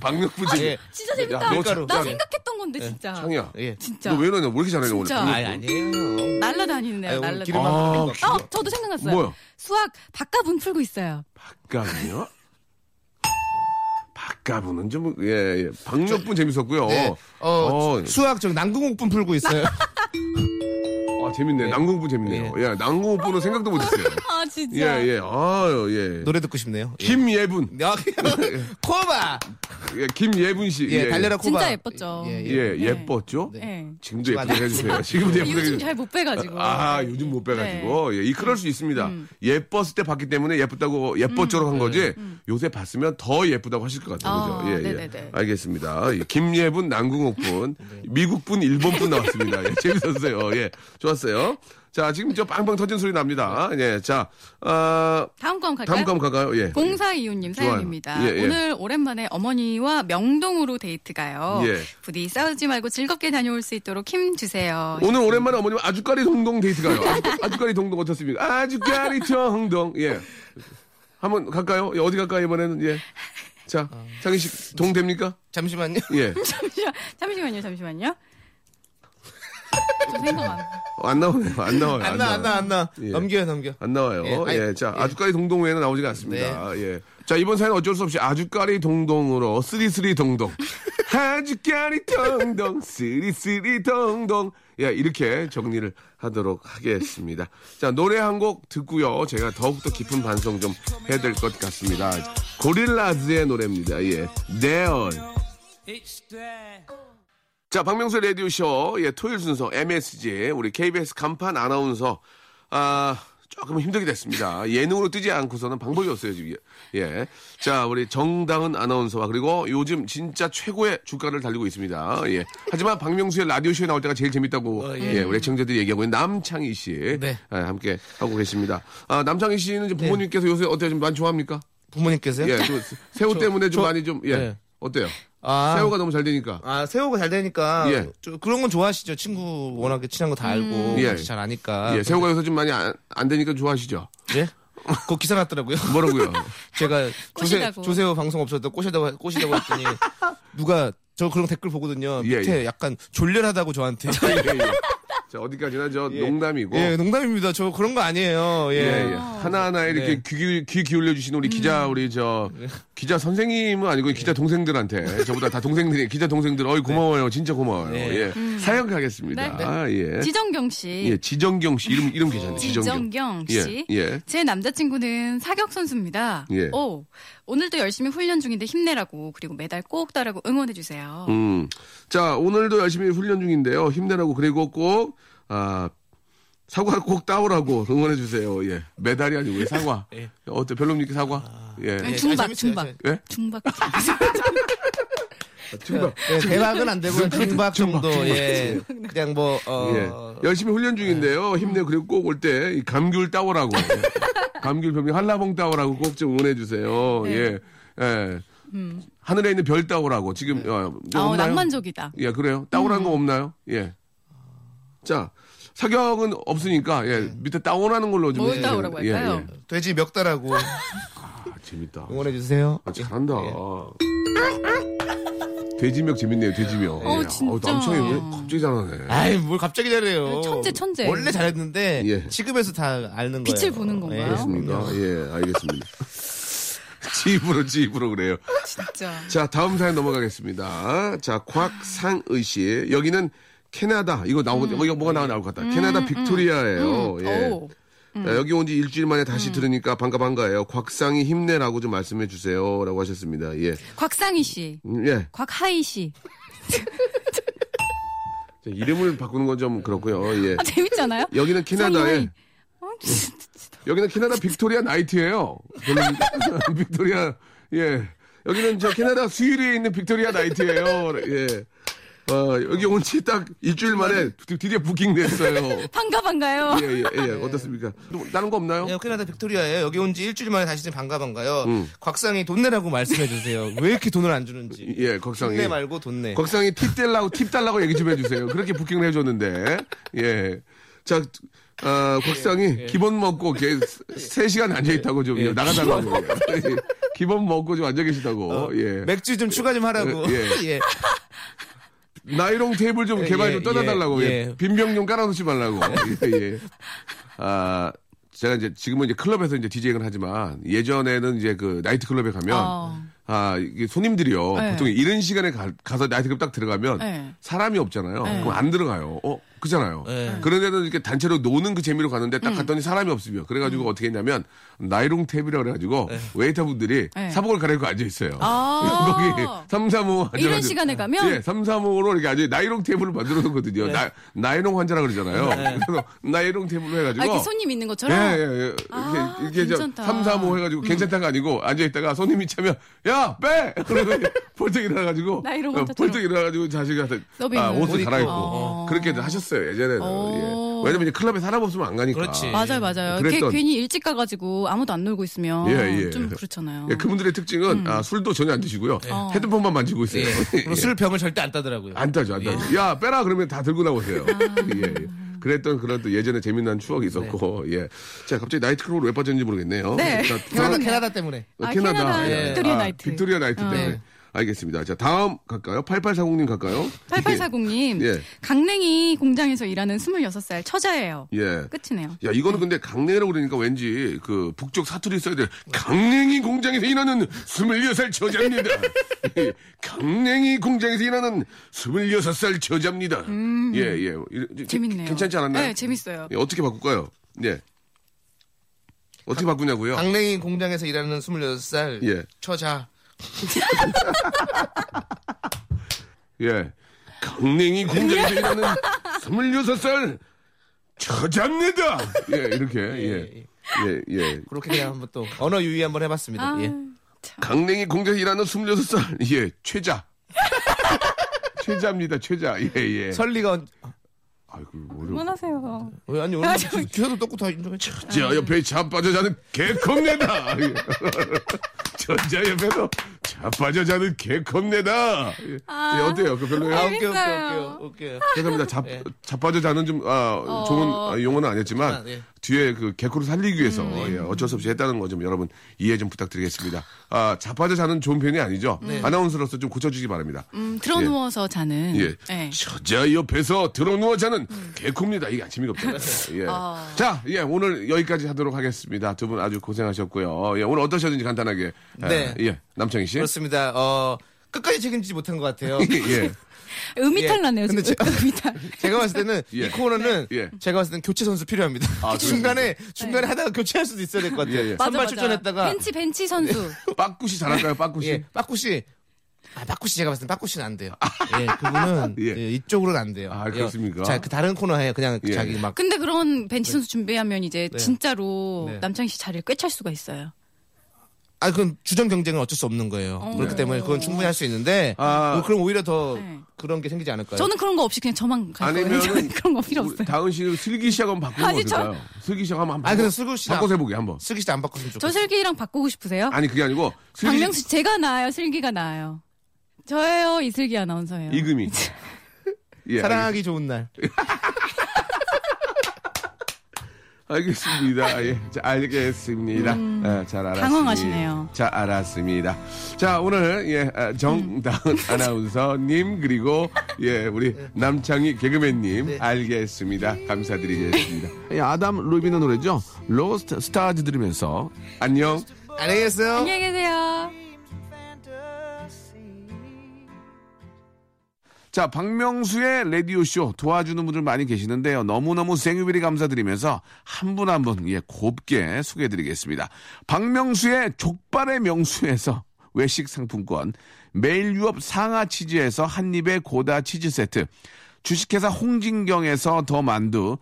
S1: 박력 분 지금.
S2: 예.
S4: 진짜
S1: 야,
S4: 재밌다.
S1: 너
S2: 밀가루.
S4: 아, 나
S1: 짱이야.
S4: 생각했던 건데 진짜.
S1: 창이야.
S2: 예.
S4: 진짜.
S1: 너 왜 이러냐? 왜 이렇게 잘하냐, 오늘.
S4: 진짜.
S1: 박력
S2: 아니 예.
S1: 분.
S2: 아니에요.
S4: 날라다니네요.
S2: 오늘
S4: 날라다니.
S2: 기름만
S1: 아,
S2: 뿌린다.
S4: 어, 저도 생각났어요.
S1: 뭐요?
S4: 수학 박가분 풀고 있어요.
S1: 박가분이요? 박가분은 좀, 예, 예. 박력 분 재밌었고요.
S2: 네. 어,
S1: 어,
S2: 수학 저기 난궁옥분 풀고 있어요.
S1: 아, 재밌네. 난공부 재밌네요. 예, 난공부는 생각도 못했어요.
S4: 아 진짜.
S1: 예, 예. 아유, 예.
S2: 노래 듣고 싶네요. 예.
S1: 김예분.
S2: 야, 코바.
S1: 예, 김예분 씨.
S2: 예, 달려라 코바.
S4: 진짜 예뻤죠.
S2: 예, 예.
S1: 예, 예뻤죠?
S4: 네.
S1: 지금도
S2: 지금 안
S1: 예쁘게 해주세요. 지금도 예쁘게
S4: 요즘
S1: 해주세요.
S4: 잘 못 빼가지고.
S1: 아, 요즘 못 빼가지고.
S4: 네.
S1: 예, 이
S4: 음.
S1: 그럴 수 있습니다. 예뻤을 때 봤기 때문에 예쁘다고, 예뻤죠로 한 거지, 요새 봤으면 더 예쁘다고 하실 것 같아요. 그죠?
S4: 음. 아,
S1: 예, 예.
S4: 네네네.
S1: 알겠습니다. 예, 김예분, 남궁옥분, 미국분, 일본분 나왔습니다. 예, 재밌었어요. 예, 좋았어요. 자, 지금 저 빵빵 터진 소리 납니다. 예, 자, 아,
S4: 다음 건 갈까요?
S1: 다음 거 한번 갈까요? 예.
S4: 공사이웃님
S1: 좋아요.
S4: 사연입니다.
S1: 예, 예.
S4: 오늘 오랜만에 어머니와 명동으로 데이트 가요.
S1: 예.
S4: 부디 싸우지 말고 즐겁게 다녀올 수 있도록 힘 주세요.
S1: 오늘 오랜만에 어머님 아주까리 동동 데이트 가요. 아주- 아주까리 동동 어떻습니까? 아주까리 동동. 예. 한번 갈까요? 예, 어디 갈까요, 이번에는? 예. 자, 장희 씨, 동 됩니까?
S2: 잠시만요.
S1: 예.
S4: 잠시만, 잠시만요, 잠시만요. 저 생각 안.
S1: 어, 안 나오네요. 안 나와요.
S2: 안 나 안 나 안 나.
S1: 예.
S2: 넘겨요, 넘겨.
S1: 안 나와요.
S2: 예, 네.
S1: 예.
S2: 아니,
S1: 자, 아주까리 동동 외에는 나오지가 않습니다. 예. 자, 이번 사연 어쩔 수 없이 아주까리 동동으로 쓰리쓰리 동동. 아주까리 동동, 쓰리쓰리 동동. 예, 이렇게 정리를 하도록 하겠습니다. 자, 노래 한 곡 듣고요. 제가 더욱더 깊은 반성 좀 해야 될 것 같습니다. 고릴라즈의 노래입니다. 예. 네얼.
S3: It's there.
S1: 자, 박명수 라디오쇼, 예, 토요일 순서, MSG, 우리 KBS 간판 아나운서, 아, 조금 힘들게 됐습니다. 예능으로 뜨지 않고서는 방법이 없어요, 지금. 예. 자, 우리 정다은 아나운서와 그리고 요즘 진짜 최고의 주가를 달리고 있습니다. 예. 하지만 박명수의 라디오쇼에 나올 때가 제일 재밌다고,
S2: 어,
S1: 예.
S2: 예.
S1: 우리 청자들이 얘기하고 있는 남창희 씨.
S2: 네.
S1: 예, 함께 하고 계십니다. 아, 남창희 씨는 이제 부모님께서 요새 어때요? 좀 많이 좋아합니까?
S2: 부모님께서요?
S1: 예. 좀 새우
S2: 네. 저-
S1: 때문에 좀
S2: 저-
S1: 많이 좀, 예.
S2: 네.
S1: 어때요?
S2: 아.
S1: 새우가 너무 잘 되니까.
S2: 아, 새우가 잘 되니까
S1: 예.
S2: 저- 그런 건 좋아하시죠. 친구 워낙에 친한 거 다 알고
S1: 예.
S2: 같이 잘 아니까. 그렇죠.
S1: 예, 새우가 요새 좀 많이 안, 안 되니까 좋아하시죠?
S2: 예? 그 기사 났더라고요.
S1: 뭐라고요?
S2: 제가 조세,
S4: 꼬시다고.
S2: 조세호 방송 없어졌다 꼬시다고 꼬시다고 했더니 누가 저 그런 댓글 보거든요.
S1: 예,
S2: 밑에
S1: 예.
S2: 약간 졸렬하다고 저한테.
S1: 예, 예. 자, 어디까지나 저 농담이고.
S2: 예, 농담입니다. 저 그런 거 아니에요. 예.
S1: 예, 예. 하나하나 이렇게
S2: 네.
S1: 귀, 귀 기울여 주신 우리 기자 우리 저 기자 선생님은 아니고 기자 동생들한테 저보다 다 동생들이 기자 동생들 어이 고마워요 진짜 고마워요 예 사연 가겠습니다
S4: 네.
S1: 아, 예
S4: 지정경 씨.
S1: 예 지정경 씨 이름 이름 괜찮네 지정경
S4: 지정경 씨.
S1: 예, 예.
S4: 제 남자친구는 사격 선수입니다.
S1: 예.
S4: 오, 오늘도 열심히 훈련 중인데 힘내라고 그리고 메달 꼭 따라고 응원해 주세요.
S1: 음. 자, 오늘도 열심히 훈련 중인데요. 힘내라고 그리고 꼭 아, 사과 꼭 따오라고 응원해 주세요. 예. 메달이 아니고 요 사과.
S2: 예.
S1: 어때? 별로입니까? 사과? 예.
S4: 아니,
S2: 예,
S4: 음, 중박,
S2: 재밌어요,
S4: 중박,
S2: 재밌어요.
S1: 예?
S4: 중박.
S1: 중박.
S2: 예, 대박은 안 되고 중박 정도. 예. 그냥 뭐 어,
S1: 예. 열심히 훈련 중인데요. 힘내고 그리고 꼭 올 때 감귤 따오라고. 예. 감귤 별명 한라봉 따오라고 꼭 좀 응원해 주세요. 예. 예. 하늘에 있는 별 따오라고. 지금 어, 뭐
S4: 어,
S1: 없나요?
S4: 낭만적이다.
S1: 예, 그래요. 따오란
S4: 음.
S1: 거 없나요? 예. 자, 사격은 없으니까 예, 밑에 따오라는 걸로 좀.
S4: 네. 뭘
S1: 해주세요. 예,
S4: 따오라고 할까요?
S2: 돼지 멱 달하고
S1: 아, 재밌다.
S4: 예.
S2: 응원해 주세요.
S1: 아, 잘한다. 돼지미역 재밌네요, 돼지미역.
S4: 어, 진짜.
S1: 남창이 왜 갑자기 잘하네.
S2: 아이 뭘 갑자기 잘해요.
S4: 천재, 천재.
S2: 원래 잘했는데
S1: 예.
S2: 지금에서 다 아는 거예요.
S4: 빛을 보는 건가요? 아,
S1: 그렇습니까? 예, 알겠습니다. 지입으로, 지입으로 그래요.
S4: 진짜.
S1: 자, 다음 사연 넘어가겠습니다. 자, 곽상의 씨. 여기는 캐나다. 이거 나오, 음. 이거 뭐가 나와 나올 것 같다. 캐나다 빅토리아예요. 예.
S4: 음, 오.
S1: 자, 여기 온 지 일주일 만에 다시 들으니까 반가 반가예요. 곽상이 힘내라고 좀 말씀해 주세요라고 하셨습니다. 예,
S4: 곽상희 씨,
S1: 음, 예.
S4: 곽하희 씨.
S1: 자, 이름을 바꾸는 건 좀 그렇고요. 예.
S4: 아, 재밌지 않아요?
S1: 여기는 캐나다에 예.
S4: 상하이. 어, 진짜.
S1: 여기는 캐나다 빅토리아 나이트예요. 별로- 빅토리아 예. 여기는 저 캐나다 수유리에 있는 빅토리아 나이트예요. 예. 어, 여기 온 지 딱 일주일 만에 드- 드디어 부킹 됐어요.
S4: 반가 반가요.
S1: 예, 예, 예. 어떻습니까? 또 다른 거 없나요?
S4: 네.
S2: 예, 캐나다 빅토리아에 여기 온 지 일주일 만에 다시 좀 반가 반가요.
S1: 음.
S2: 곽상이 돈 내라고 말씀해 주세요. 왜 이렇게 돈을 안 주는지.
S1: 예, 곽상이.
S2: 내 말고 돈 내.
S1: 곽상이 팁 달라고 팁 달라고 얘기 좀 해주세요. 그렇게 부킹을 해줬는데 예. 자, 어, 곽상이 기본 먹고 이렇게 3시간 앉아있다고 좀 나가달라고. 예. 기본 먹고 좀 앉아계시다고.
S2: 어,
S1: 예.
S2: 맥주 좀 추가 좀
S1: 예,
S2: 하라고. 예.
S1: 나이롱 테이블 좀 개발 좀
S2: 예,
S1: 떠나달라고. 예.
S2: 예.
S1: 빈병 좀 깔아놓지 말라고. 예, 예. 아, 제가 이제 지금은 이제 클럽에서 이제 디제잉을 하지만 예전에는 이제 그 나이트 클럽에 가면
S4: 어.
S1: 아, 이게 손님들이요.
S4: 네.
S1: 보통 이른 시간에 가, 서 나이트클럽 딱 들어가면
S4: 네.
S1: 사람이 없잖아요. 그럼 안 들어가요. 어, 그잖아요. 그런 데는 이렇게 단체로 노는 그 재미로 갔는데 딱 갔더니 사람이 없으면 그래가지고 어떻게 했냐면 나이롱 탭이라고 그래가지고 웨이터분들이
S4: 네.
S1: 사복을 가려고 앉아있어요. 거기
S4: 아.
S1: 335
S4: 이른
S1: 앉아가지고.
S4: 시간에 가면?
S1: 예, 335로 이렇게 아주 나이롱 테이블을 만들어
S2: 네.
S1: 놓거든요. 나, 나이롱 환자라 그러잖아요. 그래서 나이롱 테이블로 해가지고.
S4: 아, 이렇게 손님 있는
S1: 예,
S4: 것처럼.
S1: 예, 예. 이렇게,
S4: 아,
S1: 이렇게 저
S4: 괜찮다.
S1: 3,
S4: 음.
S1: 4, 5 해가지고 괜찮다가 아니고 앉아있다가 손님이 차면, 야, 빼! 그러면 벌떡 일어나가지고.
S4: 나 이런
S1: 어,
S4: 것도
S1: 벌떡 일어나가지고 자식이 다-
S4: 서빙을.
S1: 아,
S4: 옷
S1: 옷을
S2: 입고.
S1: 갈아입고.
S4: 어.
S1: 그렇게 하셨어요, 예전에는.
S4: 어.
S1: 예. 왜냐면 이제 클럽에 사람 없으면 안 가니까.
S2: 그렇지.
S4: 맞아요, 맞아요. 걔
S1: 그랬던-
S4: 괜히 일찍 가가지고 아무도 안 놀고 있으면
S1: 예, 예.
S4: 좀 그렇잖아요.
S1: 예, 그분들의 특징은
S4: 음.
S1: 아, 술도 전혀 안 드시고요.
S4: 어.
S1: 헤드폰만 만지고 있어요.
S2: 예.
S1: 예.
S2: 그리고 술 병을 절대 안
S4: 네.
S2: 따더라고요.
S1: 안 따죠, 안 따죠.
S4: 예.
S1: 야, 빼라! 그러면 다 들고 나오세요.
S4: 아,
S1: 예, 예. 그랬던 그런 또 예전에 재미난 추억이 있었고, 예. 자, 갑자기 나이트클럽으로 왜 빠졌는지 모르겠네요.
S4: 네.
S1: 자,
S2: 캐나다 캐나다 때문에.
S4: 아,
S1: 캐나다.
S4: 캐나다
S1: 예.
S4: 빅토리아
S1: 아,
S4: 나이트. 어.
S1: 빅토리아 나이트 때문에.
S2: 네.
S1: 알겠습니다. 자, 다음 갈까요? 8840님 갈까요?
S4: 8840님,
S1: 예.
S4: 강냉이 공장에서 일하는 26살 처자예요.
S1: 예. 예.
S4: 끝이네요.
S1: 야, 이거는 근데 강냉이라고 그러니까 왠지 그 북쪽 사투리 써야 돼. 강냉이 공장에서 일하는 26살 저자입니다. 예, 강냉이 공장에서 일하는 26살 저자입니다. 예, 예. 이-
S4: 음. 재밌네요.
S1: 괜찮지 않았나요?
S4: 네, 재밌어요.
S1: 예, 어떻게 바꿀까요? 예. 어떻게 바꾸냐고요?
S2: 강냉이 공장에서 일하는 26살
S1: 아. 예.
S2: 처자.
S1: 예. 강냉이 공장에서 일하는 26살 저자입니다. 예, 이렇게. 예. 예, 예.
S2: 그렇게 그냥 한번 또 언어 유희 한번 해봤습니다.
S4: 아,
S2: 예.
S1: 강냉이 공장에서 일하는 26살. 예, 최자. 최자입니다, 최자. 예, 예.
S2: 설리가 언-
S1: 아이고, 어려워.
S4: 그만하세요.
S2: 왜 아니 오늘 기사도 떴고 다 인정해.
S1: 저 옆에 자빠져 자는 개컵내다. 예. 저자 옆에도 자빠져 자는 개컵내다. 예. 예, 어때요? 그 별로예요?
S2: 아, 오케이, 오케이,
S4: 재밌어요.
S2: 오케이, 오케이.
S1: 죄송합니다. 잡,
S2: 예. 어.
S1: 자빠져 자는 좀, 아, 좋은 아, 용어는 아니었지만,
S2: 아, 예. 음, 네.
S1: 뒤에 그 개코를 살리기 위해서 예, 어쩔 수 없이 했다는 거 좀 여러분 이해 좀 부탁드리겠습니다. 아, 자빠져 자는 좋은 표현이 아니죠.
S2: 네.
S1: 아나운서로서 좀 고쳐주시기 바랍니다.
S4: 음, 들어 누워서 자는.
S1: 예.
S2: 네.
S4: 예.
S1: 저자 옆에서 들어 누워 자는 개코입니다. 이게 아침이 없잖아요. 예. 자, 예, 오늘 여기까지 하도록 하겠습니다. 두 분 아주 고생하셨고요. 예, 오늘 어떠셨는지 간단하게. 예,
S2: 네.
S1: 예, 남창희 씨.
S2: 그렇습니다. 어, 끝까지 책임지지 못한 것 같아요.
S1: 예.
S4: 음이탈
S2: 예.
S4: 나네요, 지금.
S2: 근데
S4: 음이탈.
S2: 제가 봤을 때는
S1: 예.
S2: 이 코너는
S1: 예. 아,
S2: 제가 봤을 때는 교체 선수 필요합니다. 중간에 중간에 하다가 교체할 수도 있어야 될 것 같아요.
S1: 예, 예.
S4: 맞아,
S2: 선발
S4: 맞아.
S2: 출전했다가
S4: 벤치, 벤치 선수.
S1: 빠꾸시 잘할까요, 빠꾸시?
S2: 예, 빠꾸 씨. 아, 빠꾸 씨 제가 봤을 때 빠꾸 씨는 안 돼요. 예, 그분은
S1: 예.
S2: 예, 이쪽으로는 안 돼요.
S1: 아, 그렇습니까?
S2: 자, 그 다른 코너에 그냥
S1: 예.
S2: 자기 막
S4: 근데 그런 벤치 선수 준비하면 이제 진짜로
S2: 네.
S4: 남창희 씨 자리를 꿰찰 수가 있어요.
S2: 아, 그건 주전 경쟁은 어쩔 수 없는 거예요. 그렇기 때문에 그건 충분히 할 수 있는데
S1: 아.
S2: 뭐 그럼 오히려 더
S4: 네.
S2: 그런 게 생기지 않을까요?
S4: 저는 그런 거 없이 그냥 저만 갈 거예요. 저는
S1: 아니면
S4: 그런 거 필요 없어요.
S1: 뭐 다은 씨를 슬기 씨하고 한번 바꾸는 거
S4: 아니, 저-
S1: 어떨까요? 슬기 씨하고 한번
S2: 아,
S1: 바꿔-
S2: 근데 슬기 씨는
S1: 바꿔서
S2: 안-
S1: 해보게 한번.
S2: 슬기 씨도 안 바꿨으면 좋겠어요.
S4: 저 슬기랑 바꾸고 싶으세요?
S1: 아니 그게 아니고 슬기
S4: 박명수 씨, 제가 나아요, 슬기가 나아요. 저예요, 이슬기 아나운서예요.
S1: 이금희. 예,
S2: 사랑하기 좋은 날.
S1: 알겠습니다. 예, 자, 알겠습니다. 아, 잘 알았습니다.
S4: 음, 당황하시네요.
S1: 잘 알았습니다. 자, 오늘, 예, 아,
S4: 음.
S1: 정다은 아나운서님, 그리고, 예, 우리 남창희 개그맨님, 알겠습니다. 감사드리겠습니다. 예, 네. 아담 루비는 노래죠? 로스트 스타즈 들으면서, 안녕.
S2: 안녕히 계세요.
S4: 안녕히 계세요.
S1: 자, 박명수의 라디오쇼 도와주는 분들 많이 계시는데요. 너무너무 생유비리 감사드리면서 한 분 한 분, 예, 곱게 소개해드리겠습니다. 박명수의 족발의 명수에서 외식 상품권, 매일 유업 상하 치즈에서 한입의 고다 치즈 세트, 주식회사 홍진경에서 더 만두,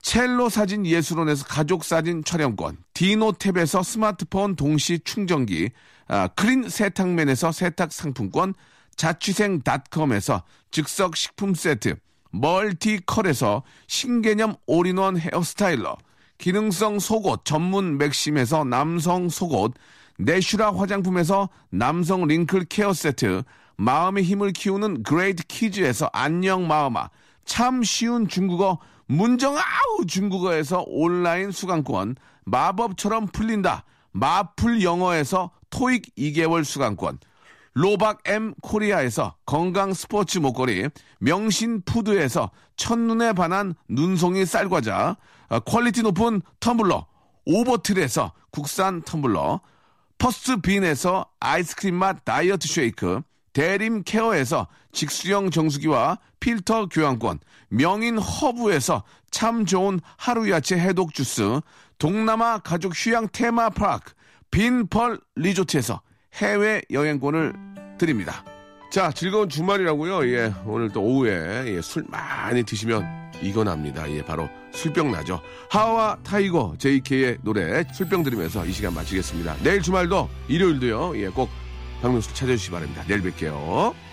S1: 첼로 사진 예술원에서 가족 사진 촬영권, 디노탭에서 스마트폰 동시 충전기, 아, 크린 세탁맨에서 세탁 상품권, 자취생닷컴에서 즉석 식품 세트, 멀티컬에서 신개념 올인원 헤어스타일러, 기능성 속옷 전문 맥심에서 남성 속옷, 내슈라 화장품에서 남성 링클 케어 세트, 마음의 힘을 키우는 그레이트 키즈에서 안녕 마음아, 참 쉬운 중국어 문정아우 중국어에서 온라인 수강권, 마법처럼 풀린다 마풀 영어에서 토익 2개월 수강권, 로박 M 코리아에서 건강 스포츠 목걸이, 명신 푸드에서 첫눈에 반한 눈송이 쌀과자, 어, 퀄리티 높은 텀블러, 오버틀에서 국산 텀블러, 퍼스트빈에서 아이스크림 맛 다이어트 쉐이크, 대림 케어에서 직수형 정수기와 필터 교환권, 명인 허브에서 참 좋은 하루 야채 해독 주스, 동남아 가족 휴양 테마 파크, 빈펄 리조트에서 해외 여행권을 드립니다. 자, 즐거운 주말이라고요. 예, 오늘 또 오후에 예, 술 많이 드시면 이거 납니다. 예, 바로 술병 나죠. 하와 타이거 JK의 노래 술병 들으면서 이 시간 마치겠습니다. 내일 주말도 일요일도요. 예, 꼭 박명수 찾아주시기 바랍니다. 내일 뵐게요.